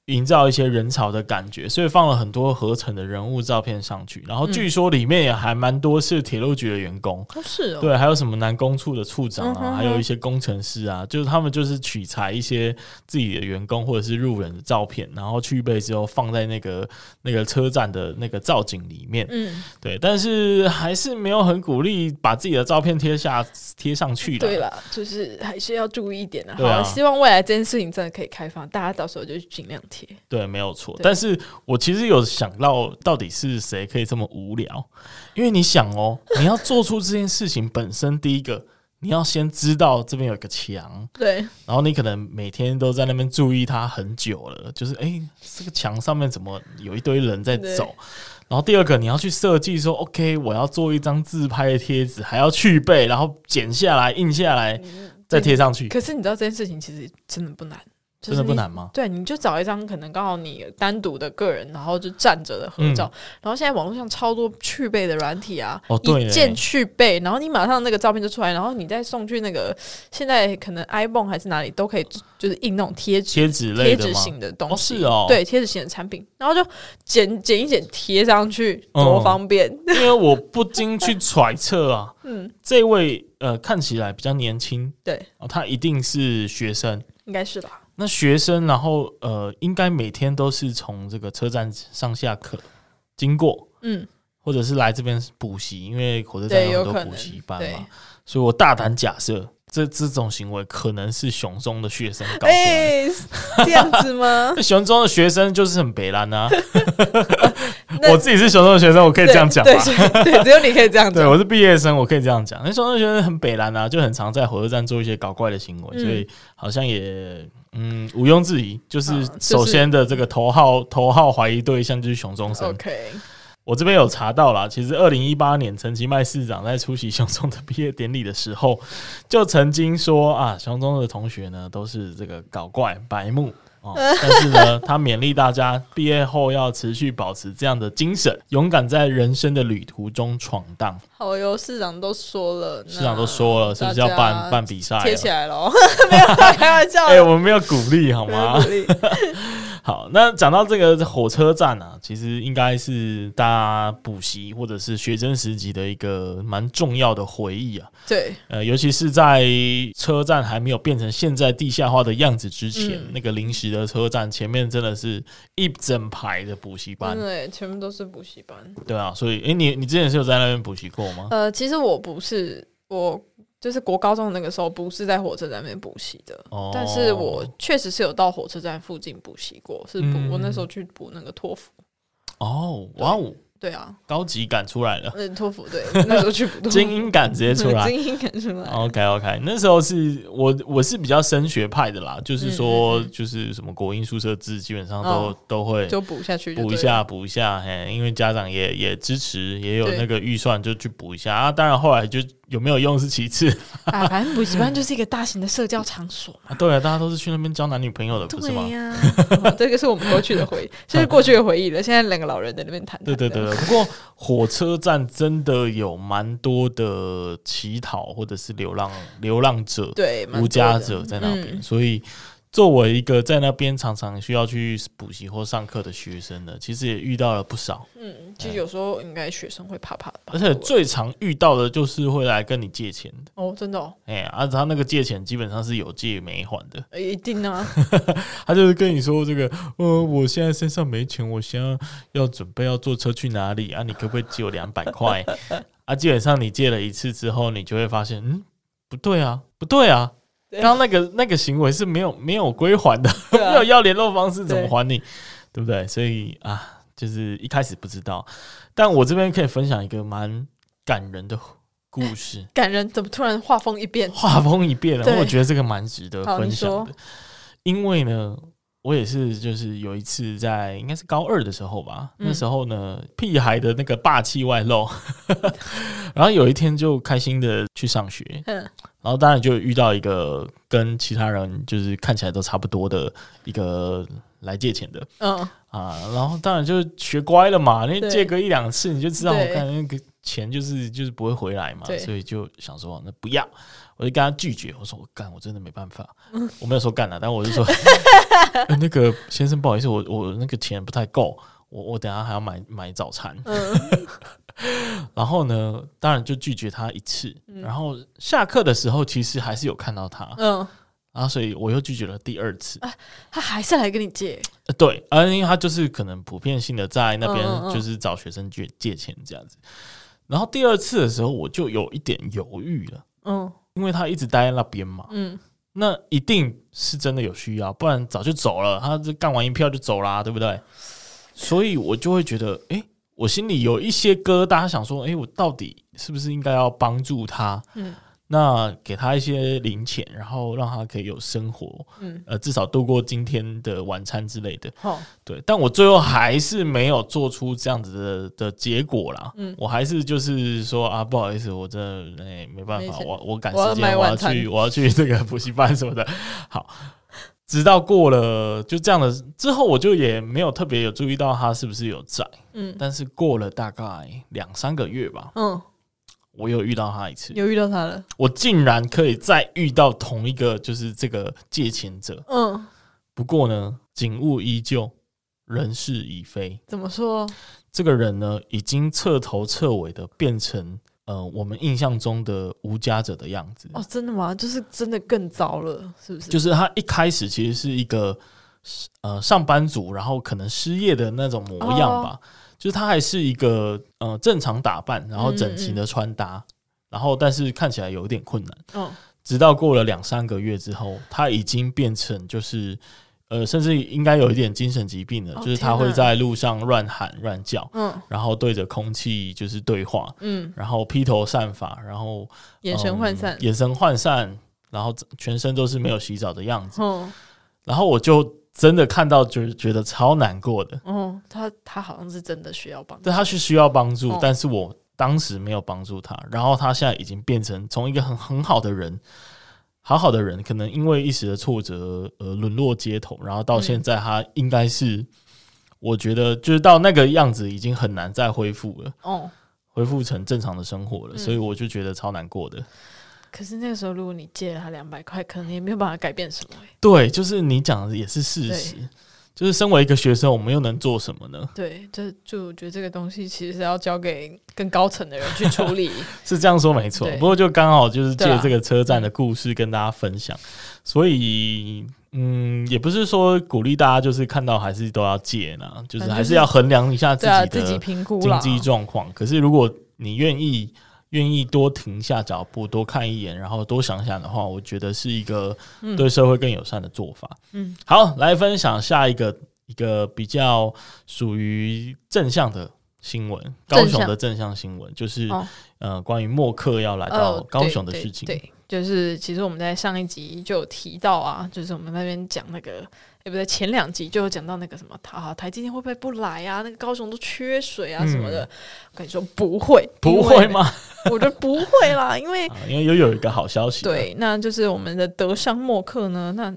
[SPEAKER 1] 营造一些人潮的感觉，所以放了很多合成的人物照片上去。然后
[SPEAKER 3] 嗯
[SPEAKER 1] 据说里面也还蛮多是铁路局的员工，
[SPEAKER 3] 哦是哦，
[SPEAKER 1] 对，还有啊什么南工处的处长
[SPEAKER 3] 嗯
[SPEAKER 1] 啊，
[SPEAKER 3] 哼哼
[SPEAKER 1] 还有一些工程师啊，就是他们就是取材一些自己的员工或者是路人的照片，然后去背之后放在那个那个车站的那个造景里面。
[SPEAKER 3] 嗯，
[SPEAKER 1] 对，但是还是没有很鼓励把自己的照片贴下贴上去的。
[SPEAKER 3] 对啦，就是还是要注意一点的。
[SPEAKER 1] 对啊
[SPEAKER 3] 好，希望未来这件事情真的可以开放，大家到时候就尽量贴。
[SPEAKER 1] 对，没有错。
[SPEAKER 3] 对
[SPEAKER 1] 但是我其实有想到，到底是谁可以这么无聊？因为你想哦，你要做出这件事情本身，第一个你要先知道这边有个墙，
[SPEAKER 3] 对，
[SPEAKER 1] 然后你可能每天都在那边注意它很久了，就是哎、诶这个墙上面怎么有一堆人在走
[SPEAKER 3] 对？
[SPEAKER 1] 然后第二个，你要去设计说，OK，我要做一张自拍的贴纸，还要去背，
[SPEAKER 3] 嗯
[SPEAKER 1] 然后剪下来、印下来，再贴上去。
[SPEAKER 3] 可是你知道这件事情其实真的不难，就
[SPEAKER 1] 真
[SPEAKER 3] 是
[SPEAKER 1] 的不
[SPEAKER 3] 你
[SPEAKER 1] 难吗？
[SPEAKER 3] 对，啊你就找一张可能刚好你单独的个人，然后就站着的
[SPEAKER 1] 嗯
[SPEAKER 3] 合照。然后现在网络上超多去背的软体啊，
[SPEAKER 1] 哦对耶
[SPEAKER 3] 一键去背，然后你马上那个照片就出来，然后你再送去那个现在可能 iPhone 还是哪里都可以，就是印那种贴纸。
[SPEAKER 1] 贴纸类
[SPEAKER 3] 贴
[SPEAKER 1] 的
[SPEAKER 3] 纸
[SPEAKER 1] 吗？
[SPEAKER 3] 型的东西
[SPEAKER 1] 哦是哦
[SPEAKER 3] 对，贴纸型的产品，然后就剪剪一剪贴上去，多
[SPEAKER 1] 嗯
[SPEAKER 3] 方便。
[SPEAKER 1] 因为我不禁去揣测啊，嗯，这位呃看起来比较年轻
[SPEAKER 3] 对，
[SPEAKER 1] 哦，他一定是学生。
[SPEAKER 3] 应该是吧？
[SPEAKER 1] 那学生，然后呃，应该每天都是从这个车站上下课经过，
[SPEAKER 3] 嗯，
[SPEAKER 1] 或者是来这边补习，因为火车站
[SPEAKER 3] 对
[SPEAKER 1] 有
[SPEAKER 3] 有
[SPEAKER 1] 很
[SPEAKER 3] 可
[SPEAKER 1] 多
[SPEAKER 3] 能
[SPEAKER 1] 补习班
[SPEAKER 3] 对
[SPEAKER 1] 嘛，所以我大胆假设，这这种行为可能是熊中的学生搞出来的。
[SPEAKER 3] 哎、这样 子吗？
[SPEAKER 1] 那熊中的学生就是很北蓝啊！
[SPEAKER 3] 那
[SPEAKER 1] 我自己是熊中的学生，我可以
[SPEAKER 3] 对
[SPEAKER 1] 这样讲吧？
[SPEAKER 3] 对对对，只有你可以这样
[SPEAKER 1] 对，
[SPEAKER 3] 讲。
[SPEAKER 1] 我是毕业生，我可以这样讲。那时候就觉得很北蓝啊，就很常在火车站做一些搞怪的行为，
[SPEAKER 3] 嗯
[SPEAKER 1] 所以好像也嗯毋庸置疑，就是
[SPEAKER 3] 啊就是
[SPEAKER 1] 首先的这个头号、头号怀疑对象就是熊中生。
[SPEAKER 3] OK，
[SPEAKER 1] 我这边有查到啦，其实二零一八年陈其迈市长在出席熊中的毕业典礼的时候，就曾经说啊，熊中的同学呢都是这个搞怪白目。 哦，但是呢，他勉励大家毕业后要持续保持这样的精神，勇敢在人生的旅途中闯荡。
[SPEAKER 3] 好哟，市长都说了，那
[SPEAKER 1] 市长都说了，是不是要
[SPEAKER 3] 大
[SPEAKER 1] 办
[SPEAKER 3] 家
[SPEAKER 1] 办比赛了？
[SPEAKER 3] 贴起来了？ 没有啦，开玩笑
[SPEAKER 1] 哎、
[SPEAKER 3] 的，
[SPEAKER 1] 我们啊没有鼓励好
[SPEAKER 3] 没有
[SPEAKER 1] 吗
[SPEAKER 3] 鼓？励。
[SPEAKER 1] 好，那讲到这个火车站啊，其实应该是大家补习或者是学生时期的一个蛮重要的回忆啊。
[SPEAKER 3] 对，
[SPEAKER 1] 呃，尤其是在车站还没有变成现在地下化的样子之前，
[SPEAKER 3] 嗯
[SPEAKER 1] 那个临时的车站前面真的是一整排的补习班
[SPEAKER 3] 真，的耶全部都是补习班。
[SPEAKER 1] 对啊。所以，哎、你你之前是有在那边补习过吗？
[SPEAKER 3] 呃，其实我不是，我就是国高中的那个时候不是在火车站那边补习的，
[SPEAKER 1] 哦
[SPEAKER 3] 但是我确实是有到火车站附近补习过，是补、
[SPEAKER 1] 嗯
[SPEAKER 3] 我那时候去补那个托福。
[SPEAKER 1] 哦，哇哦，
[SPEAKER 3] 对啊，
[SPEAKER 1] 高级感出来了，
[SPEAKER 3] 嗯，托福 对，那时候去补托福
[SPEAKER 1] 精英感直接出来。 哦
[SPEAKER 3] 精英感出来。
[SPEAKER 1] OK OK，那时候是我我是比较升学派的啦，就是说
[SPEAKER 3] 嗯嗯
[SPEAKER 1] 就是什么国英宿舍制，基本上都、
[SPEAKER 3] 哦
[SPEAKER 1] 都会
[SPEAKER 3] 就补下去就对了，
[SPEAKER 1] 补一下补一下，嘿，因为家长也也支持，也有
[SPEAKER 3] 对
[SPEAKER 1] 那个预算就去补一下啊。当然后来就有没有用是其次
[SPEAKER 3] 啊！反正补习班就是一个大型的社交场所嘛。
[SPEAKER 1] 啊，对啊，大家都是去那边交男女朋友的，不是吗
[SPEAKER 3] 对？呀、好 这个是我们过去 的回忆，这是过去的回忆了。现在两个老人在那边谈，
[SPEAKER 1] 对对对，对，不过火车站真的有蛮多的乞讨或者是流浪流浪者，
[SPEAKER 3] 对，蛮
[SPEAKER 1] 无
[SPEAKER 3] 多
[SPEAKER 1] 家
[SPEAKER 3] 的
[SPEAKER 1] 者在那边，
[SPEAKER 3] 嗯
[SPEAKER 1] 所以作为一个在那边常常需要去补习或上课的学生呢，其实也遇到了不少，
[SPEAKER 3] 嗯，其实有时候应该学生会怕怕的吧，
[SPEAKER 1] 而且
[SPEAKER 3] 对不对
[SPEAKER 1] 最常遇到的就是会来跟你借钱的，
[SPEAKER 3] 哦，真的哦，
[SPEAKER 1] 哎、啊，他那个借钱基本上是有借没还的，
[SPEAKER 3] 呃一定 啊，
[SPEAKER 1] 他就是跟你说这个，呃，我现在身上没钱，我现在要准备要坐车去哪里啊？你可不可以借我两百 块？啊，基本上你借了一次之后，你就会发现，嗯，不对啊，不对啊，
[SPEAKER 3] 对
[SPEAKER 1] 刚刚那个那个行为是没有没有归还的，
[SPEAKER 3] 对啊
[SPEAKER 1] 没有要联络方式怎么
[SPEAKER 3] 对
[SPEAKER 1] 还你，对不对？所以啊，就是一开始不知道，但我这边可以分享一个蛮感人的故事。
[SPEAKER 3] 感人，怎么突然画风一变？
[SPEAKER 1] 画风一变了，
[SPEAKER 3] 对
[SPEAKER 1] 我觉得这个蛮值得
[SPEAKER 3] 好
[SPEAKER 1] 分
[SPEAKER 3] 你
[SPEAKER 1] 享
[SPEAKER 3] 说
[SPEAKER 1] 的。因为呢，我也是就是有一次在应该是高二的时候吧，
[SPEAKER 3] 嗯
[SPEAKER 1] 那时候呢，屁孩的那个霸气外露， 然后有一天就开心的去上学，
[SPEAKER 3] 嗯，
[SPEAKER 1] 然后当然就遇到一个跟其他人就是看起来都差不多的一个来借钱的，
[SPEAKER 3] 嗯，
[SPEAKER 1] 啊，然后当然就学乖了嘛，因为
[SPEAKER 3] 对
[SPEAKER 1] 借个一两次你就知道，我
[SPEAKER 3] 对
[SPEAKER 1] 看那个钱就是就是不会回来嘛，
[SPEAKER 3] 对
[SPEAKER 1] 所以就想说那不要，我就跟他拒绝，我说我干，我真的没办 法，我没有说干了，但我就说、呃那个先生不好意思，我我那个钱不太够，我我等一下还要买买早餐，
[SPEAKER 3] 嗯
[SPEAKER 1] 然后呢，当然就拒绝他一次，然后下课的时候其实还是有看到他，
[SPEAKER 3] 嗯，
[SPEAKER 1] 然后所以我又拒绝了第二次，
[SPEAKER 3] 他还是来跟你借，
[SPEAKER 1] 呃对，啊，因为他就是可能普遍性的在那边
[SPEAKER 3] 嗯嗯嗯
[SPEAKER 1] 就是找学生借借钱这样子。然后第二次的时候，我就有一点犹豫了，
[SPEAKER 3] 嗯
[SPEAKER 1] 因为他一直待在那边嘛，
[SPEAKER 3] 嗯，
[SPEAKER 1] 那一定是真的有需要，不然早就走了，他这干完一票就走啦，对不对？所以我就会觉得，诶，我心里有一些疙瘩，想说，诶，我到底是不是应该要帮助他？
[SPEAKER 3] 嗯，
[SPEAKER 1] 那给他一些零钱，然后让他可以有生活，
[SPEAKER 3] 嗯，
[SPEAKER 1] 呃，至少度过今天的晚餐之类的。
[SPEAKER 3] 好，
[SPEAKER 1] 对，但我最后还是没有做出这样子的的结果啦。
[SPEAKER 3] 嗯
[SPEAKER 1] 我还是就是说啊，不好意思，我真的哎、没办
[SPEAKER 3] 没
[SPEAKER 1] 法，
[SPEAKER 3] 钱
[SPEAKER 1] 我我赶
[SPEAKER 3] 我要
[SPEAKER 1] 时间，
[SPEAKER 3] 买
[SPEAKER 1] 我要
[SPEAKER 3] 晚餐
[SPEAKER 1] 去我要去这个补习班什么的。好，直到过了就这样的之后，我就也没有特别有注意到他是不是有在。
[SPEAKER 3] 嗯
[SPEAKER 1] 但是过了大概两三个月吧，
[SPEAKER 3] 嗯，
[SPEAKER 1] 我有遇到他一次，
[SPEAKER 3] 有遇到他了，
[SPEAKER 1] 我竟然可以再遇到同一个就是这个借钱者。
[SPEAKER 3] 嗯，
[SPEAKER 1] 不过呢，警务依旧，人事已非。
[SPEAKER 3] 怎么说？
[SPEAKER 1] 这个人呢，已经彻头彻尾的变成呃我们印象中的无家者的样子。
[SPEAKER 3] 哦，真的吗？就是真的更糟了，是不是？
[SPEAKER 1] 就是他一开始其实是一个呃上班族，然后可能失业的那种模样
[SPEAKER 3] 哦
[SPEAKER 1] 吧。就是他还是一个呃正常打扮，然后整齐的穿搭，然后但是看起来有一点困难。
[SPEAKER 3] 嗯，
[SPEAKER 1] 直到过了两三个月之后，他已经变成就是呃，甚至应该有一点精神疾病了，
[SPEAKER 3] 哦
[SPEAKER 1] 就是他会
[SPEAKER 3] 天哪
[SPEAKER 1] 在路上乱喊乱叫，
[SPEAKER 3] 嗯
[SPEAKER 1] 然后对着空气就是对话，
[SPEAKER 3] 嗯，
[SPEAKER 1] 然后披头散发，然后
[SPEAKER 3] 眼神涣
[SPEAKER 1] 嗯
[SPEAKER 3] 散，
[SPEAKER 1] 眼神涣散，然后全身都是没有洗澡的样子。
[SPEAKER 3] 嗯
[SPEAKER 1] 然后我就真的看到，就是觉得超难过的。
[SPEAKER 3] 嗯，他他好像是真的需要帮助，
[SPEAKER 1] 对，他是需要帮助，
[SPEAKER 3] 哦
[SPEAKER 1] 但是我当时没有帮助他。然后他现在已经变成从一个很很好的人，好好的人，可能因为一时的挫折而沦落街头，然后到
[SPEAKER 3] 嗯
[SPEAKER 1] 现在他应该是，我觉得就是到那个样子已经很难再恢复了。
[SPEAKER 3] 哦。
[SPEAKER 1] 恢复成正常的生活了，
[SPEAKER 3] 嗯
[SPEAKER 1] 所以我就觉得超难过的。
[SPEAKER 3] 可是那个时候，如果你借了他两百块，可能也没有办法改变什么、欸。
[SPEAKER 1] 对，就是你讲的也是事实。就是身为一个学生，我们又能做什么呢？
[SPEAKER 3] 对，就就我觉得这个东西其实是要交给更高层的人去处理。
[SPEAKER 1] 是这样说没错，
[SPEAKER 3] 对
[SPEAKER 1] 不过就刚好就是
[SPEAKER 3] 对
[SPEAKER 1] 借
[SPEAKER 3] 啊
[SPEAKER 1] 这个车站的故事跟大家分享，所以嗯，也不是说鼓励大家就是看到还是都要借呢，就是
[SPEAKER 3] 反正
[SPEAKER 1] 还是要衡量一下自
[SPEAKER 3] 对啊，
[SPEAKER 1] 己
[SPEAKER 3] 自己
[SPEAKER 1] 的
[SPEAKER 3] 评估
[SPEAKER 1] 经
[SPEAKER 3] 啦。
[SPEAKER 1] 济状况。可是如果你愿意愿意多停下脚步，多看一眼，然后多想想的话，我觉得是一个
[SPEAKER 3] 嗯
[SPEAKER 1] 对社会更友善的做法。
[SPEAKER 3] 嗯，
[SPEAKER 1] 好，来分享下一个一个比较属于正向的新闻，高
[SPEAKER 3] 正
[SPEAKER 1] 雄
[SPEAKER 3] 向
[SPEAKER 1] 的正向新闻就是、
[SPEAKER 3] 哦
[SPEAKER 1] 呃，关于默克要来到
[SPEAKER 3] 哦，
[SPEAKER 1] 高
[SPEAKER 3] 对
[SPEAKER 1] 雄的
[SPEAKER 3] 对
[SPEAKER 1] 事情，
[SPEAKER 3] 对，就是其实我们在上一集就有提到啊，就是我们那边讲那个，也不对，前两集就有讲到那个什么啊，台积电会不会不来啊？那个高雄都缺水啊什么的。我跟你说不会，
[SPEAKER 1] 嗯不会？吗？
[SPEAKER 3] 我觉得不会啦，因为
[SPEAKER 1] 啊因为又有一个好消息，，
[SPEAKER 3] 对，那就是我们的德商默克呢。那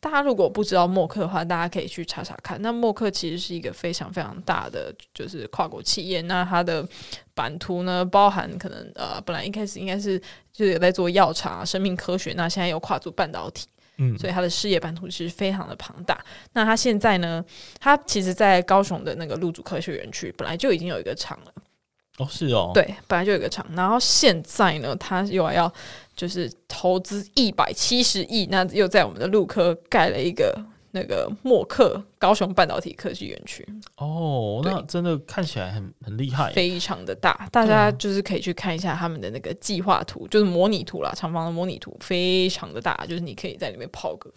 [SPEAKER 3] 大家如果不知道默克的话，大家可以去查查看。那默克其实是一个非常非常大的，就是跨国企业。那它的版图呢，包含可能呃，本来一开始应该是就是有在做药厂、生命科学，那现在又跨足半导体。
[SPEAKER 1] 嗯，
[SPEAKER 3] 所以它的事业版图其实非常的庞大。那它现在呢，它其实，在高雄的那个陆竹科学园区本来就已经有一个厂了。
[SPEAKER 1] 哦是哦，，
[SPEAKER 3] 对，本来就有一个厂，然后现在呢，他又要就是投资一百七十亿，那又在我们的陆科盖了一个那个默克高雄半导体科技园区，
[SPEAKER 1] 哦，
[SPEAKER 3] 对
[SPEAKER 1] 那真的看起来很很厉害，
[SPEAKER 3] 非常的大，大
[SPEAKER 1] 哎对啊
[SPEAKER 3] 家就是可以去看一下他们的那个计划图，就是模拟图啦，厂房的模拟图非常的大，就是你可以在里面 泡个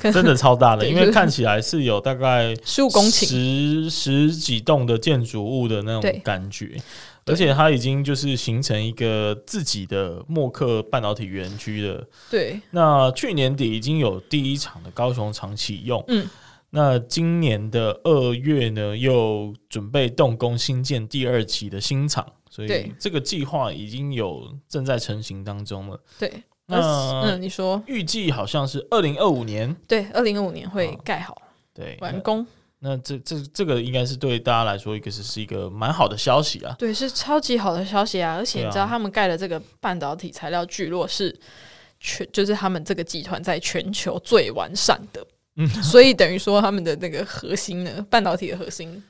[SPEAKER 1] 真的超大的，
[SPEAKER 3] 对
[SPEAKER 1] 因
[SPEAKER 3] 就
[SPEAKER 1] 为
[SPEAKER 3] 是
[SPEAKER 1] 看起来是有大概
[SPEAKER 3] 十五公顷，
[SPEAKER 1] 十十几栋的建筑物的那
[SPEAKER 3] 对
[SPEAKER 1] 种感觉。
[SPEAKER 3] 对
[SPEAKER 1] 而且它已经就是形成一个自己的默克半导体园区了。
[SPEAKER 3] 对，
[SPEAKER 1] 那去年底已经有第一场的高雄厂启用，
[SPEAKER 3] 嗯，
[SPEAKER 1] 那今年的二月呢，又准备动工新建第二期的新厂，所以
[SPEAKER 3] 对
[SPEAKER 1] 这个计划已经有正在成型当中了。
[SPEAKER 3] 对。
[SPEAKER 1] 那
[SPEAKER 3] 那嗯，你说
[SPEAKER 1] 预计好像是二零二五年，
[SPEAKER 3] 对，二零二五年会
[SPEAKER 1] 好
[SPEAKER 3] 盖好
[SPEAKER 1] 对，
[SPEAKER 3] 完工，
[SPEAKER 1] 那。那这这这个应该是对大家来说，一个是是一个蛮好的消息啊。
[SPEAKER 3] 对，是超级好的消息啊！而且
[SPEAKER 1] 对啊
[SPEAKER 3] 你知道，他们盖的这个半导体材料聚落是全，就是他们这个集团在全球最完善的。
[SPEAKER 1] 嗯
[SPEAKER 3] 所以等于说他们的那个核心呢，半导体的核心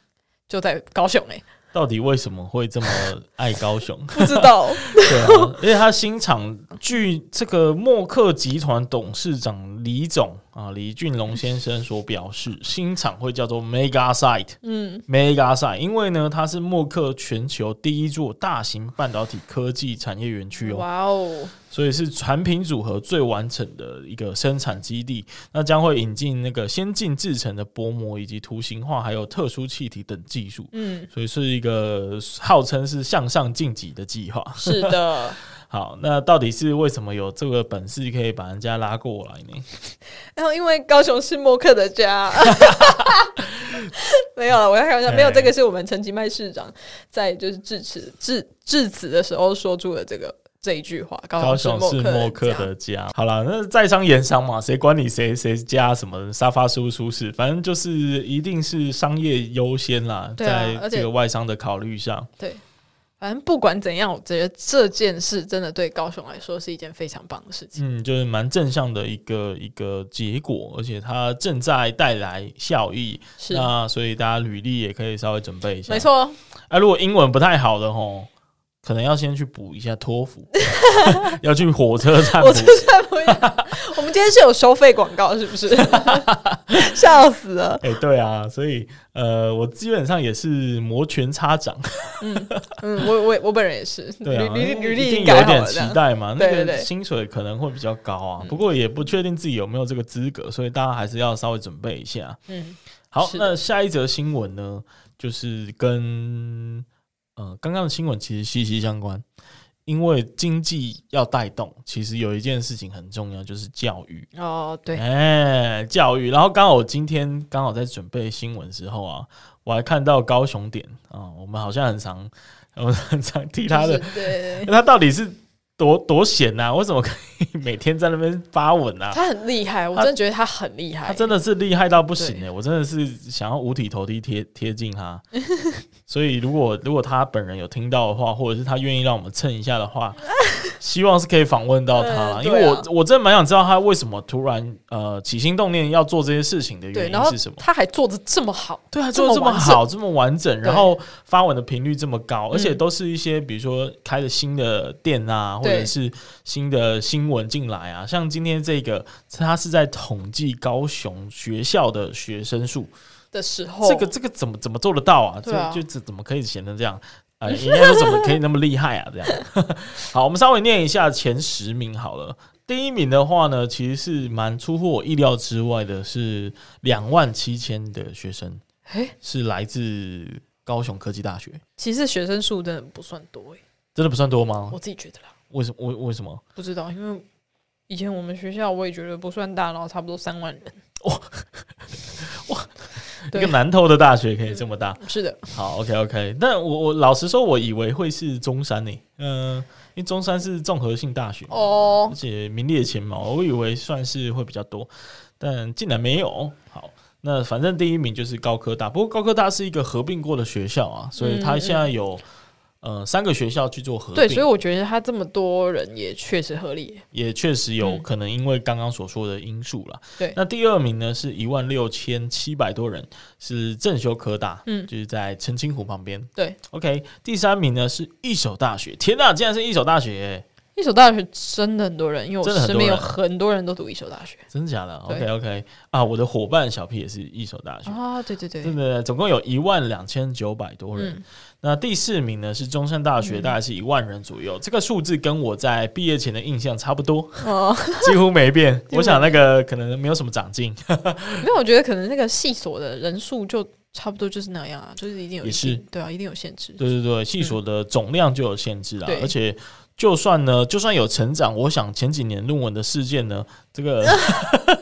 [SPEAKER 3] 就在高雄哎、
[SPEAKER 1] 到底为什么会这么爱高雄？
[SPEAKER 3] 不知道
[SPEAKER 1] 对 啊，而且他新厂，据这个默克集团董事长李总啊李俊龙先生所表示，新厂会叫做 Mega Site。
[SPEAKER 3] 嗯
[SPEAKER 1] Mega Site，因为呢，它是默克全球第一座大型半导体科技产业园区哦，
[SPEAKER 3] 哇哦，
[SPEAKER 1] 所以是产品组合最完整的一个生产基地。那将会引进那个先进制成的薄膜以及图形化，还有特殊气体等技术，
[SPEAKER 3] 嗯，
[SPEAKER 1] 所以是一个号称是向上晋级的计划。
[SPEAKER 3] 是的，
[SPEAKER 1] 好，那到底是为什么有这个本事可以把人家拉过来呢？
[SPEAKER 3] 然后因为高雄是默克的家， 没有了，我要开玩笑，没有
[SPEAKER 1] 哎
[SPEAKER 3] 这个是我们陈其迈市长在就是致辞致致辞的时候说出了这个这一句话，
[SPEAKER 1] 高
[SPEAKER 3] 雄
[SPEAKER 1] 雄是
[SPEAKER 3] 哦默
[SPEAKER 1] 默
[SPEAKER 3] 克
[SPEAKER 1] 克
[SPEAKER 3] 的
[SPEAKER 1] 的家。好了，那在商言商嘛，谁管你谁谁家什么沙发舒不舒适，反正就是一定是商业优先啦，
[SPEAKER 3] 对啊而
[SPEAKER 1] 在
[SPEAKER 3] 且
[SPEAKER 1] 这个外商的考虑上。
[SPEAKER 3] 对，反正不管怎样，我觉得这件事真的对高雄来说是一件非常棒的事情。
[SPEAKER 1] 嗯，就是蛮正向的一个一个结果，而且它正在带来效益。
[SPEAKER 3] 是，
[SPEAKER 1] 那所以大家履历也可以稍微准备一下。
[SPEAKER 3] 没，错，
[SPEAKER 1] 哎、如果英文不太好的吼，可能要先去补一下托 福，要去火车站补
[SPEAKER 3] 我。真的不一样。 我们今天是有收费广告，是 不是？,笑死了，
[SPEAKER 1] 哎、对啊，所以呃，我基本上也是摩拳擦掌，
[SPEAKER 3] 嗯，我我我本人也是，
[SPEAKER 1] 对啊，
[SPEAKER 3] 履履履
[SPEAKER 1] 一
[SPEAKER 3] 历
[SPEAKER 1] 定
[SPEAKER 3] 改
[SPEAKER 1] 有
[SPEAKER 3] 好
[SPEAKER 1] 点
[SPEAKER 3] 了这
[SPEAKER 1] 期
[SPEAKER 3] 样，
[SPEAKER 1] 待嘛，
[SPEAKER 3] 对
[SPEAKER 1] 那
[SPEAKER 3] 对
[SPEAKER 1] 个
[SPEAKER 3] 对嗯
[SPEAKER 1] 薪水可能会比较高啊，不过也不确定自己有没有这个资格，所以大家还是要稍微准备一下。
[SPEAKER 3] 嗯，
[SPEAKER 1] 好，
[SPEAKER 3] 是的
[SPEAKER 1] 那下一则新闻呢，就是跟呃刚刚的新闻其实息息相关，因为经济要带动，其实有一件事情很重要，就是教育。
[SPEAKER 3] 哦，对，
[SPEAKER 1] 哎、教育。然后刚好我今天刚好在准备新闻时候啊，我还看到高雄点啊、我们好像很常， 我们很常提他的，啊
[SPEAKER 3] 就是对，
[SPEAKER 1] 他到底是多多闲呐、为什么可以每天在那边发文啊？
[SPEAKER 3] 他很厉害，我
[SPEAKER 1] 他
[SPEAKER 3] 真的觉得他很厉害，
[SPEAKER 1] 他真的是厉害到不行
[SPEAKER 3] 对
[SPEAKER 1] 哎、我真的是想要五体投地贴贴近他。 所以如果如果他本人有听到的话，或者是他愿意让我们蹭一下的 话，希望是可以访问到他啦，
[SPEAKER 3] 嗯
[SPEAKER 1] 因为
[SPEAKER 3] 对
[SPEAKER 1] 我、
[SPEAKER 3] 啊
[SPEAKER 1] 我真的蛮想知道他为什么突然呃起心动念要做这些事情的
[SPEAKER 3] 对，
[SPEAKER 1] 原
[SPEAKER 3] 然
[SPEAKER 1] 因
[SPEAKER 3] 后
[SPEAKER 1] 是什么。
[SPEAKER 3] 他还做的这么好，
[SPEAKER 1] 对啊，
[SPEAKER 3] 这
[SPEAKER 1] 做
[SPEAKER 3] 么
[SPEAKER 1] 得这么
[SPEAKER 3] 完
[SPEAKER 1] 好，这么完整，然
[SPEAKER 3] 对
[SPEAKER 1] 后发文的频率这么高，而且
[SPEAKER 3] 嗯
[SPEAKER 1] 都是一些比如说开了新的店啊，或
[SPEAKER 3] 对
[SPEAKER 1] 者是新的新闻进来啊。像今天这个，他是在统计高雄学校的学生数，
[SPEAKER 3] 的时候，
[SPEAKER 1] 这个这个怎么怎么做得到啊？
[SPEAKER 3] 哦对啊
[SPEAKER 1] 这就这怎么可以闲成这样？ 呃，应该说怎么可以那么厉害啊？这样， 好，我们稍微念一下前十名好了。第一名的话呢，其实是蛮出乎我意料之外的，是两万七千的学生。
[SPEAKER 3] 哎，
[SPEAKER 1] 是来自高雄科技大学，
[SPEAKER 3] 其实学生数真的不算多哎，
[SPEAKER 1] 真的不算多吗
[SPEAKER 3] 我？自己觉得啦，
[SPEAKER 1] 为什么？为为什么？
[SPEAKER 3] 不知道，因为以前我们学校我也觉得不算大，然后差不多三万人，
[SPEAKER 1] 一
[SPEAKER 3] 对
[SPEAKER 1] 个南投的大学可以这么大？
[SPEAKER 3] 是的，
[SPEAKER 1] 好，OK OK。但我我老实说，我以为会是中山呢、嗯、因为中山是综合性大学，
[SPEAKER 3] 哦
[SPEAKER 1] 而，且名列前茅，我以为算是会比较多，但竟然没有。好，那反正第一名就是高科大，不过高科大是一个合并过的学校啊，所以它
[SPEAKER 3] 嗯嗯
[SPEAKER 1] 现在有、呃三个学校去做合并，
[SPEAKER 3] 对，所以我觉得他这么多人也确实合理，
[SPEAKER 1] 也确实有
[SPEAKER 3] 嗯
[SPEAKER 1] 可能因为刚刚所说的因素啦。
[SPEAKER 3] 对
[SPEAKER 1] 那第二名呢是一万六千七百多人，是正修科大，
[SPEAKER 3] 嗯
[SPEAKER 1] 就是在澄清湖旁边。
[SPEAKER 3] 对
[SPEAKER 1] ，OK，第三名呢是一所大学，天呐，竟然是一所大学耶、
[SPEAKER 3] 一所大学真的很多人，因为
[SPEAKER 1] 真的
[SPEAKER 3] 我
[SPEAKER 1] 很
[SPEAKER 3] 身边
[SPEAKER 1] 多
[SPEAKER 3] 有
[SPEAKER 1] 人啊
[SPEAKER 3] 很多人都读一所大学
[SPEAKER 1] 真的假的
[SPEAKER 3] 对
[SPEAKER 1] ？OK OK，啊，我的伙伴小 P 也是一所大学。
[SPEAKER 3] 啊，对对对，
[SPEAKER 1] 对对对，总共有一万两千九百多人。
[SPEAKER 3] 嗯
[SPEAKER 1] 那第四名呢是中山大学，大概是一万人左右。这个数字跟我在毕业前的印象差不 多，
[SPEAKER 3] 哦，
[SPEAKER 1] 几乎没 变。
[SPEAKER 3] 乎
[SPEAKER 1] 我想那个可能没有什么长进。
[SPEAKER 3] 没有，我觉得可能那个系所的人数就差不多就是那样啊，就是一定有
[SPEAKER 1] 也
[SPEAKER 3] 一定
[SPEAKER 1] 是
[SPEAKER 3] 对啊，一定有限制，
[SPEAKER 1] 对对对，系所的总量就有限制啦，
[SPEAKER 3] 嗯对
[SPEAKER 1] 而且就算呢，就算有成长，我想前几年论文的事件呢，这个
[SPEAKER 3] 啊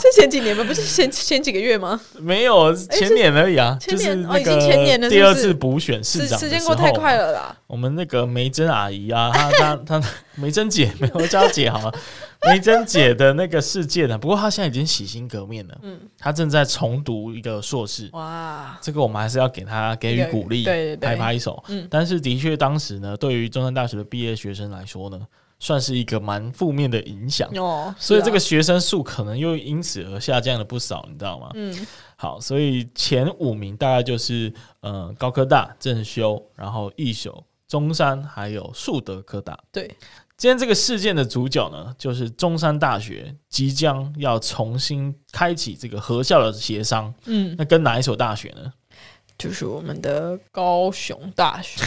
[SPEAKER 3] 是前几年吗？不是前前几个月吗？
[SPEAKER 1] 没有前年而已啊，
[SPEAKER 3] 哎前
[SPEAKER 1] 就是
[SPEAKER 3] 年哦
[SPEAKER 1] 那
[SPEAKER 3] 已经前年了
[SPEAKER 1] 个
[SPEAKER 3] 是不
[SPEAKER 1] 第
[SPEAKER 3] 是
[SPEAKER 1] 二次补选市
[SPEAKER 3] 时
[SPEAKER 1] 长的
[SPEAKER 3] 时间
[SPEAKER 1] 时
[SPEAKER 3] 过太
[SPEAKER 1] 候
[SPEAKER 3] 快了啦，
[SPEAKER 1] 我们那个梅珍阿姨啊，她她 她梅珍姐，没有我叫她姐好了。 梅珍姐的那个事件呢、啊不过她现在已经洗心革面了，嗯，她正在重读一个硕士，
[SPEAKER 3] 哇，
[SPEAKER 1] 这个我们还是要给她给予鼓励，
[SPEAKER 3] 对对对
[SPEAKER 1] 拍拍手。
[SPEAKER 3] 嗯
[SPEAKER 1] 但是的确当时呢，对于中山大学的毕业学生来说呢，算是一个蛮负面的影响，
[SPEAKER 3] 哦，
[SPEAKER 1] 所以这个
[SPEAKER 3] 是啊
[SPEAKER 1] 学生数可能又因此而下降了不少，你知道吗？
[SPEAKER 3] 嗯，
[SPEAKER 1] 好，所以前五名大概就是呃高科大、正修，然后义修、中山，还有树德科大。
[SPEAKER 3] 对，
[SPEAKER 1] 今天这个事件的主角呢，就是中山大学即将要重新开启这个合校的协商。
[SPEAKER 3] 嗯，
[SPEAKER 1] 那跟哪一所大学呢？
[SPEAKER 3] 就是我们的高雄 大学，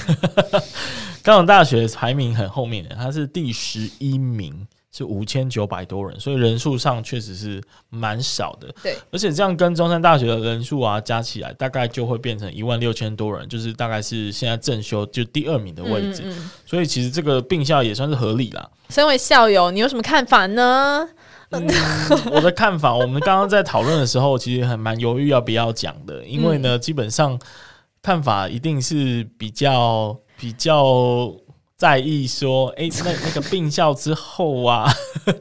[SPEAKER 1] 高雄大学排名很后面的，它是第十一名，是五千九百多人，所以人数上确实是蛮少的。
[SPEAKER 3] 对，
[SPEAKER 1] 而且这样跟中山大学的人数啊加起来，大概就会变成一万六千多人，就是大概是现在正修就第二名的位置。
[SPEAKER 3] 嗯嗯嗯
[SPEAKER 1] 所以其实这个并校也算是合理啦。
[SPEAKER 3] 身为校友，你有什么看法呢？
[SPEAKER 1] 嗯，我的看法，我们刚刚在讨论的时候，其实还蛮犹豫要不要讲的，因为
[SPEAKER 3] 嗯
[SPEAKER 1] 呢，基本上看法一定是比较比较在意说，哎、那那个病校之后啊，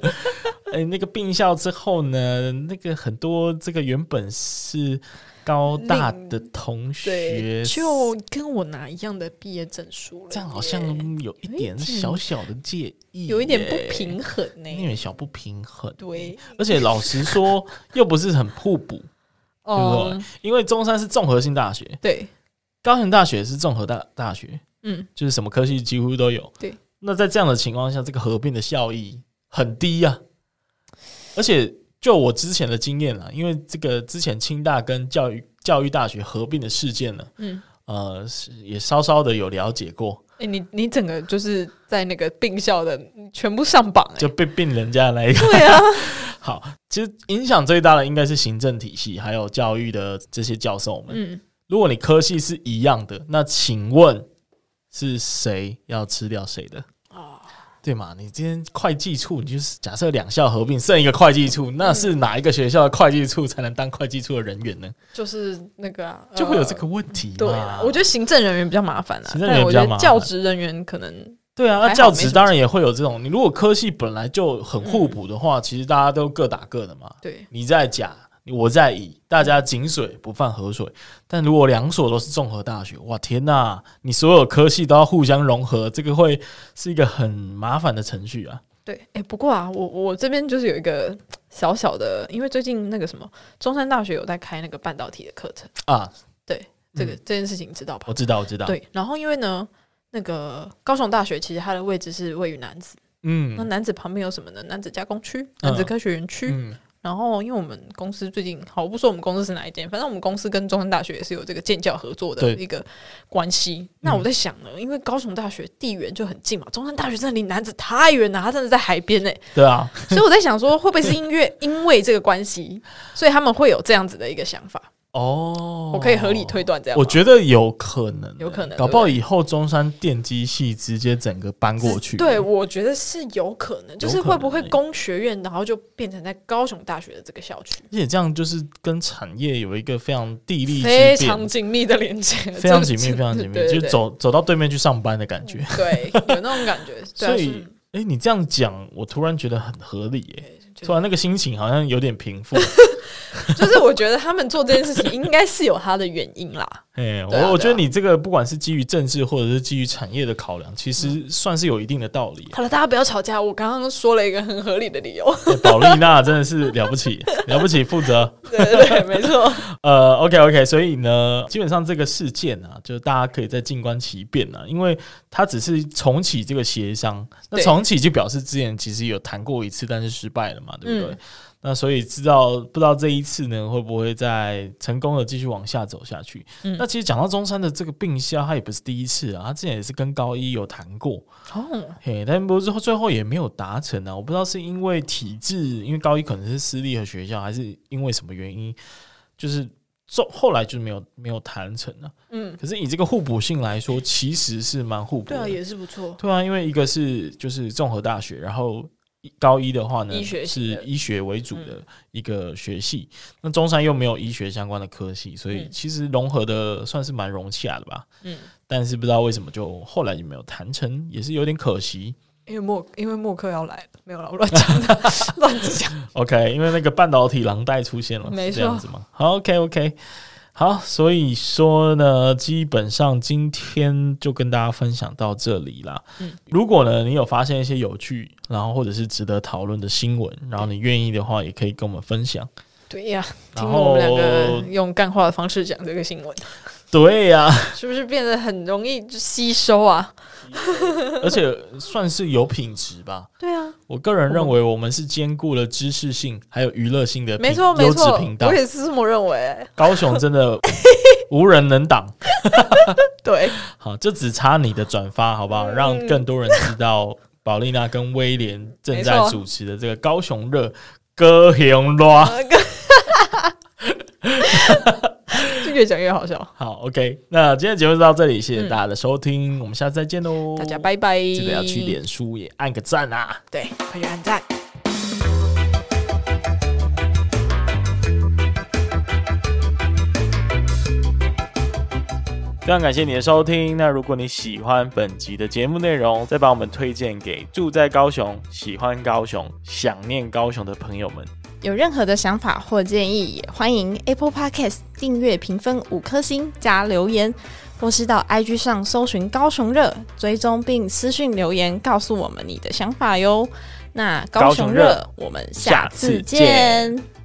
[SPEAKER 1] 哎，那个病校之后呢，那个很多这个原本是高大的同学
[SPEAKER 3] 对，，就跟我拿一样的毕业证书了，
[SPEAKER 1] 这样好像有一点小小的介意，
[SPEAKER 3] 有一点不，平衡呢、
[SPEAKER 1] 有点小不平衡。
[SPEAKER 3] 对，
[SPEAKER 1] 而且老实说，又不是很互补，对不
[SPEAKER 3] 哦、
[SPEAKER 1] 对？因为中山是综合性大学，
[SPEAKER 3] 对，
[SPEAKER 1] 高雄大学是综合大大学，
[SPEAKER 3] 嗯，
[SPEAKER 1] 就是什么科系几乎都有。
[SPEAKER 3] 对，
[SPEAKER 1] 那在这样的情况下，这个合并的效益很低呀、而且就我之前的经验啊啦，因为这个之前清大跟教育教育大学合并的事件呢，
[SPEAKER 3] 嗯，
[SPEAKER 1] 呃，是也稍稍的有了解过，
[SPEAKER 3] 哎、你你整个就是在那个病校的全部上榜、哎，
[SPEAKER 1] 就被并人家的那一个。
[SPEAKER 3] 对啊，
[SPEAKER 1] 好，其实影响最大的应该是行政体系，还有教育的这些教授们。
[SPEAKER 3] 嗯，
[SPEAKER 1] 如果你科系是一样的，那请问是谁要吃掉谁的？
[SPEAKER 3] 哦，
[SPEAKER 1] 对嘛？你今天会计处，你就是假设两校合并剩一个会计
[SPEAKER 3] 嗯
[SPEAKER 1] 处，那是哪一个学校的会计处才能当会计处的人员呢？
[SPEAKER 3] 就是那个、啊、
[SPEAKER 1] 就会有这
[SPEAKER 3] 呃
[SPEAKER 1] 个问题嘛？
[SPEAKER 3] 嗯对啦，我觉得行政人员比较麻烦啦，
[SPEAKER 1] 行政人
[SPEAKER 3] 但
[SPEAKER 1] 员
[SPEAKER 3] 我
[SPEAKER 1] 比较
[SPEAKER 3] 觉
[SPEAKER 1] 麻烦
[SPEAKER 3] 得教职人员可能
[SPEAKER 1] 对啊，
[SPEAKER 3] 还
[SPEAKER 1] 那
[SPEAKER 3] 好
[SPEAKER 1] 教
[SPEAKER 3] 没什
[SPEAKER 1] 职
[SPEAKER 3] 么
[SPEAKER 1] 当然也会有这种。你如果科系本来就很互补的话，其实大家都各打各的嘛。
[SPEAKER 3] 对
[SPEAKER 1] 你在甲，我在乙，大家井水不犯河水。但如果两所都是综合大学，哇天呐，你所有科系都要互相融合，这个会是一个很麻烦的程序啊。
[SPEAKER 3] 对。哎、不过啊，我我这边就是有一个小小的，因为最近那个什么中山大学有在开那个半导体的课程，
[SPEAKER 1] 啊，
[SPEAKER 3] 对这个、这件事情你知道吧
[SPEAKER 1] 嗯我？知道，我知道。，
[SPEAKER 3] 对，然后因为呢，那个高雄大学其实它的位置是位于南子，那
[SPEAKER 1] 嗯
[SPEAKER 3] 南子旁边有什么呢？南子加工区、南子科学园区。
[SPEAKER 1] 嗯，
[SPEAKER 3] 然后因为我们公司最近，好，我不说我们公司是哪一间，反正我们公司跟中山大学也是有这个建教合作的
[SPEAKER 1] 对嗯
[SPEAKER 3] 一个关系。那我在想呢，因为高雄大学地缘就很近嘛，中山大学真的离南子太远了，它真的在海边哎、
[SPEAKER 1] 对啊，
[SPEAKER 3] 所以我在想说，会不会是因为因为这个关系，所以他们会有这样子的一个想法？
[SPEAKER 1] 哦，
[SPEAKER 3] 我可以合理推断这样吗。
[SPEAKER 1] 我觉得有可能欸、
[SPEAKER 3] 有可能
[SPEAKER 1] 搞不好
[SPEAKER 3] 对
[SPEAKER 1] 以后中山电机系直接整个搬过去。
[SPEAKER 3] 对，我觉得是有可能，就是
[SPEAKER 1] 有可
[SPEAKER 3] 会不会
[SPEAKER 1] 能欸
[SPEAKER 3] 工学院，然后就变成在高雄大学的这个校区，
[SPEAKER 1] 而且这样就是跟产业有一个非常地利之便，
[SPEAKER 3] 非常紧密的连接，
[SPEAKER 1] 非常
[SPEAKER 3] 这
[SPEAKER 1] 紧
[SPEAKER 3] 个
[SPEAKER 1] 密，
[SPEAKER 3] 是
[SPEAKER 1] 非常紧密，
[SPEAKER 3] 对对
[SPEAKER 1] 就
[SPEAKER 3] 对
[SPEAKER 1] 走走到对面去上班的感觉。
[SPEAKER 3] 对，有那种感 觉。对啊
[SPEAKER 1] 所以，哎、你这样讲，我突然觉得很合理耶、
[SPEAKER 3] 就
[SPEAKER 1] 突然那个心情好像有点平 复。
[SPEAKER 3] 是就是我觉得他们做这件事情应该是有它的原因 啦。
[SPEAKER 1] 哎、
[SPEAKER 3] 对啊
[SPEAKER 1] 我我觉得
[SPEAKER 3] 对啊
[SPEAKER 1] 你这个不管是基于政治或者是基于产业的考量，其实
[SPEAKER 3] 嗯
[SPEAKER 1] 算是有一定的道理耶、啊
[SPEAKER 3] 好了，大家不要吵架，我刚刚说了一个很合理的理由。
[SPEAKER 1] 哎宝丽娜真的是了不起， 了不起，负责。
[SPEAKER 3] 对对对，没错。
[SPEAKER 1] 呃，OK OK，所以呢，基本上这个事件啊，就是大家可以再静观其变啊，因为它只是重启这个协商， 那
[SPEAKER 3] 对
[SPEAKER 1] 重启就表示之前其实有谈过一次，但是失败了嘛，对不对？
[SPEAKER 3] 嗯
[SPEAKER 1] 那所以知道不知道这一次呢，会不会再成功的继续往下走下去？
[SPEAKER 3] 嗯
[SPEAKER 1] 那其实讲到中山的这个病校，它也不是第一次啊，它之前也是跟高一有谈过，
[SPEAKER 3] 哦，
[SPEAKER 1] 嘿，但不是最后也没有达成啊。我不知道是因为体制，因为高一可能是私立的学校，还是因为什么原因，就是后后来就没有没有谈成啊。
[SPEAKER 3] 嗯，
[SPEAKER 1] 可是以这个互补性来说，其实是蛮互补
[SPEAKER 3] 对
[SPEAKER 1] 的。
[SPEAKER 3] 啊，也是不错。
[SPEAKER 1] 对啊因为一个是就是综合大学，然后一高一的话呢
[SPEAKER 3] 医学系
[SPEAKER 1] 是
[SPEAKER 3] 的嗯
[SPEAKER 1] 医学为主的一个学系，那中山又没有医学相关的科系，所以
[SPEAKER 3] 嗯
[SPEAKER 1] 其实融合的算是蛮融洽的吧。
[SPEAKER 3] 嗯，
[SPEAKER 1] 但是不知道为什么就后来就没有谈成，也是有点可惜。
[SPEAKER 3] 因为默因为默克要来了，没有了，我乱讲的， 乱讲。
[SPEAKER 1] OK，因为那个半导体狼带出现了，
[SPEAKER 3] 没
[SPEAKER 1] 是
[SPEAKER 3] 错
[SPEAKER 1] 这样子吗？好，OK，OK，、好，所以说呢，基本上今天就跟大家分享到这里啦。
[SPEAKER 3] 嗯
[SPEAKER 1] 如果呢你有发现一些有趣，然后或者是值得讨论的新闻，然后你愿意的话，也可以跟我们分享。
[SPEAKER 3] 对呀、 听
[SPEAKER 1] 然
[SPEAKER 3] 了我
[SPEAKER 1] 后
[SPEAKER 3] 们两个用干话的方式讲这个新闻，
[SPEAKER 1] 对呀、
[SPEAKER 3] 是不是变得很容易就吸收啊？
[SPEAKER 1] 而且算是有品质吧。
[SPEAKER 3] 对啊，
[SPEAKER 1] 我个人认为，我们是兼顾了知识性还有娱乐性的
[SPEAKER 3] 没
[SPEAKER 1] 频
[SPEAKER 3] 错没
[SPEAKER 1] 优质
[SPEAKER 3] 错
[SPEAKER 1] 频，道
[SPEAKER 3] 我。也是这么认为、
[SPEAKER 1] 高雄真的无人能挡。
[SPEAKER 3] 对，
[SPEAKER 1] 好，就只差你的转发，好不好？
[SPEAKER 3] 嗯
[SPEAKER 1] 让更多人知道宝丽娜跟威廉正在
[SPEAKER 3] 没错
[SPEAKER 1] 主持的这个高雄热歌雄啦。
[SPEAKER 3] 就越讲越好笑。
[SPEAKER 1] 好，OK，那今天的节目就到这里，谢谢大家的收听，我们下次再见喽，
[SPEAKER 3] 嗯大家，拜拜，
[SPEAKER 1] 哦记得要去脸书也按个赞啊。
[SPEAKER 3] 对，快去按赞。
[SPEAKER 1] 非常感谢你的收听。那如果你喜欢本集的节目内容，再把我们推荐给住在高雄、喜欢高雄、想念高雄的朋友们。
[SPEAKER 3] 有任何的想法或建议，也欢迎 Apple Podcast 订阅、评分五颗星加留言，或是到 IG 上搜寻“高雄热”，追踪并私讯留言告诉我们你的想法哟。那高
[SPEAKER 1] 高雄
[SPEAKER 3] 雄
[SPEAKER 1] 热
[SPEAKER 3] 热，我们
[SPEAKER 1] 下
[SPEAKER 3] 下
[SPEAKER 1] 次
[SPEAKER 3] 次
[SPEAKER 1] 见
[SPEAKER 3] 见。